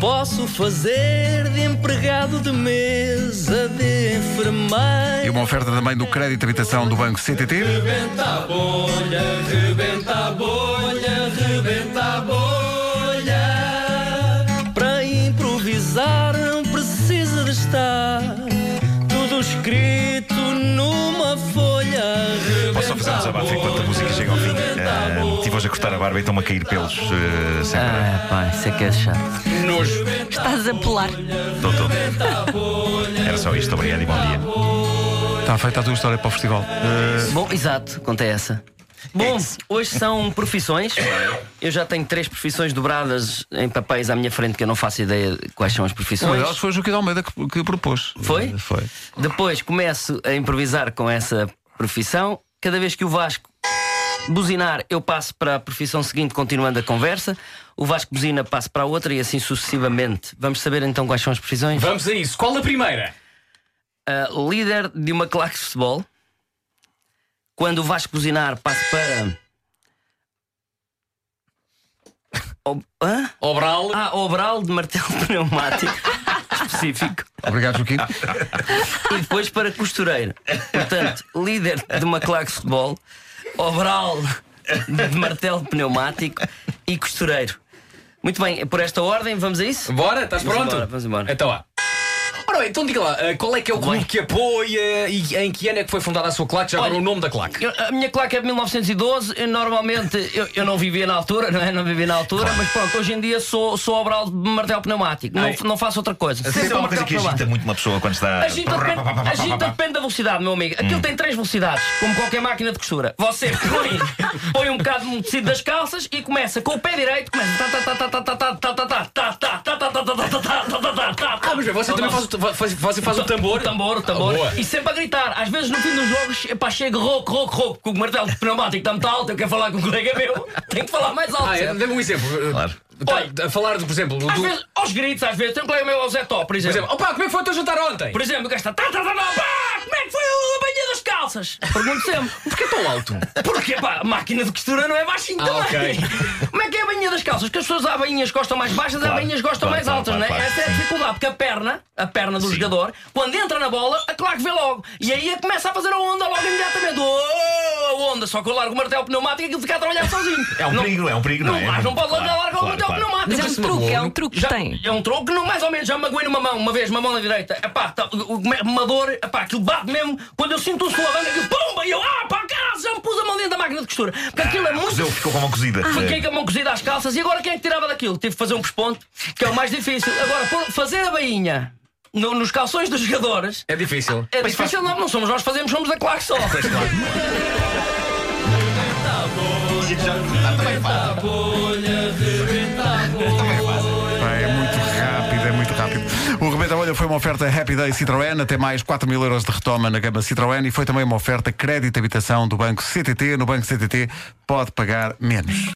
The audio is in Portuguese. Posso fazer de empregado de mesa, de enfermeiro. E uma oferta também do crédito de habitação do Banco CTT. Rebenta a bolha, rebenta a bolha, rebenta a bolha. Para improvisar não precisa de estar tudo escrito numa folha. Posso só fazer um desabafo enquanto a música chega ao fim? Ah, Estive hoje a cortar a barba e estão-me a cair pelos. ah, sem parar. Ah, pá, isso é que é chato. Nojo. Estás a pular. Estou todo. Era só isto, obrigado e bom dia. Está feita a tua história para o festival. Bom, exato, conta essa. Bom, hoje são profissões. Eu já tenho três profissões dobradas em papéis à minha frente que eu não faço ideia de quais são as Uma profissões. delas foi o Joaquim de Almeida que, que propôs. Eh, Foi? Foi. Depois começo a improvisar com essa profissão. Cada vez que o Vasco buzinar, eu passo para a profissão seguinte, continuando a conversa. O Vasco buzina, passo para a outra e assim sucessivamente. Vamos saber então quais são as profissões? Vamos a isso. Qual a primeira? Ah, líder de uma claque de futebol. Quando o Vasco buzinar, passo para. Ob- Hã? Obral. Ah, obral de martelo pneumático específico. Obrigado, Joaquim. E depois para costureiro. Portanto, líder de uma claque de futebol, obral de martelo pneumático e costureiro. Muito bem, por esta ordem, vamos a isso? Bora, estás Vamos pronto? embora, vamos embora. Então lá. Ora bem, então diga lá, ah, qual é que é o Bem. clube que apoia e em que ano é que foi fundada a sua claque? Já Olha, agora o nome da claque. Eu- a minha claque é de 1912. Eu, normalmente eu, eu não vivia na altura, não é? Não vivia na altura, mas pronto, hoje em dia sou, sou obral de martelo pneumático. Não, Ai. não faço outra coisa. Sempre há é uma coisa que agita muito uma pessoa quando está. Agita depende, agita depende da velocidade, meu amigo. Aquilo tem três velocidades, como qualquer máquina de costura. Você põe, põe um bocado no tecido das calças e começa com o pé direito, começa. tá, tá, tá, tá, tá, tá, tá, tá, tá, tá, tá, tá, tá, tá, tá, tá, tá, tá, tá, tá, tá. Ah, mas bem, você também faz, o- fa- faz, faz, faz o tambor. O tambor, o tambor. boa. e sempre a gritar. Às vezes no fim dos jogos, epá, chega rouco, rouco, rouco, com o martelo de pneumático está muito alto, eu quero falar com um colega meu, tenho que falar mais alto. Ah, é, certo? dê-me um exemplo. Claro. Tá, Olha. a falar, de, por exemplo, do. Às vezes, aos gritos, às vezes, tem um colega meu, ao Zé Tó, por Por exemplo. exemplo, opa, como é que foi o teu jantar ontem? Por exemplo, o gajo está. Tá, tá, tá, tá, pá, como é que foi a banha das calças? Pergunto sempre. Porquê é tão alto? Porque pá, a máquina de costura não é baixinha Ah, também. ok. Como é que é a bainha das calças? Que as pessoas há bainhas que gostam mais baixas, há Claro, bainhas que gostam claro, mais claro, altas, claro, não é? claro. Essa é a dificuldade, porque a perna, a perna do jogador, quando entra na bola, a claque vê logo. E aí é começa a fazer a onda logo imediatamente. Oh, a onda, só que eu largo o martelo pneumático e aquilo fica a trabalhar sozinho. É um perigo, é um perigo, não é? Mas não pode Claro, largar logo o claro, martelo claro. pneumático. Mas é um truque, é um truque que Já- tem. É um troco, não, mais ou menos, já me magoei numa mão, uma vez, uma mão na direita. Epá, tá, o- o- uma dor, epá, aquilo bate mesmo. Quando eu sinto um solavanco, aquilo pumba, e eu, ah, pá, caralho, já me pus a mão dentro da máquina de costura. Porque aquilo é muito. Ah, é Cozeu, ficou com uma cozida. Eh, Fiquei com a mão cozida às calças e agora quem é que tirava daquilo? Tive que fazer um pesponto, que é o mais difícil. Agora, pôr- fazer a bainha no- nos calções dos jogadores. É difícil. É difícil, não, não somos nós que fazemos, somos da Claque só. Pá, É muito rápido, é muito rápido. O Rebenta Olha foi uma oferta Happy Day Citroën, até mais 4 mil euros de retoma na gama Citroën e foi também uma oferta crédito habitação do Banco CTT. No Banco CTT pode pagar menos.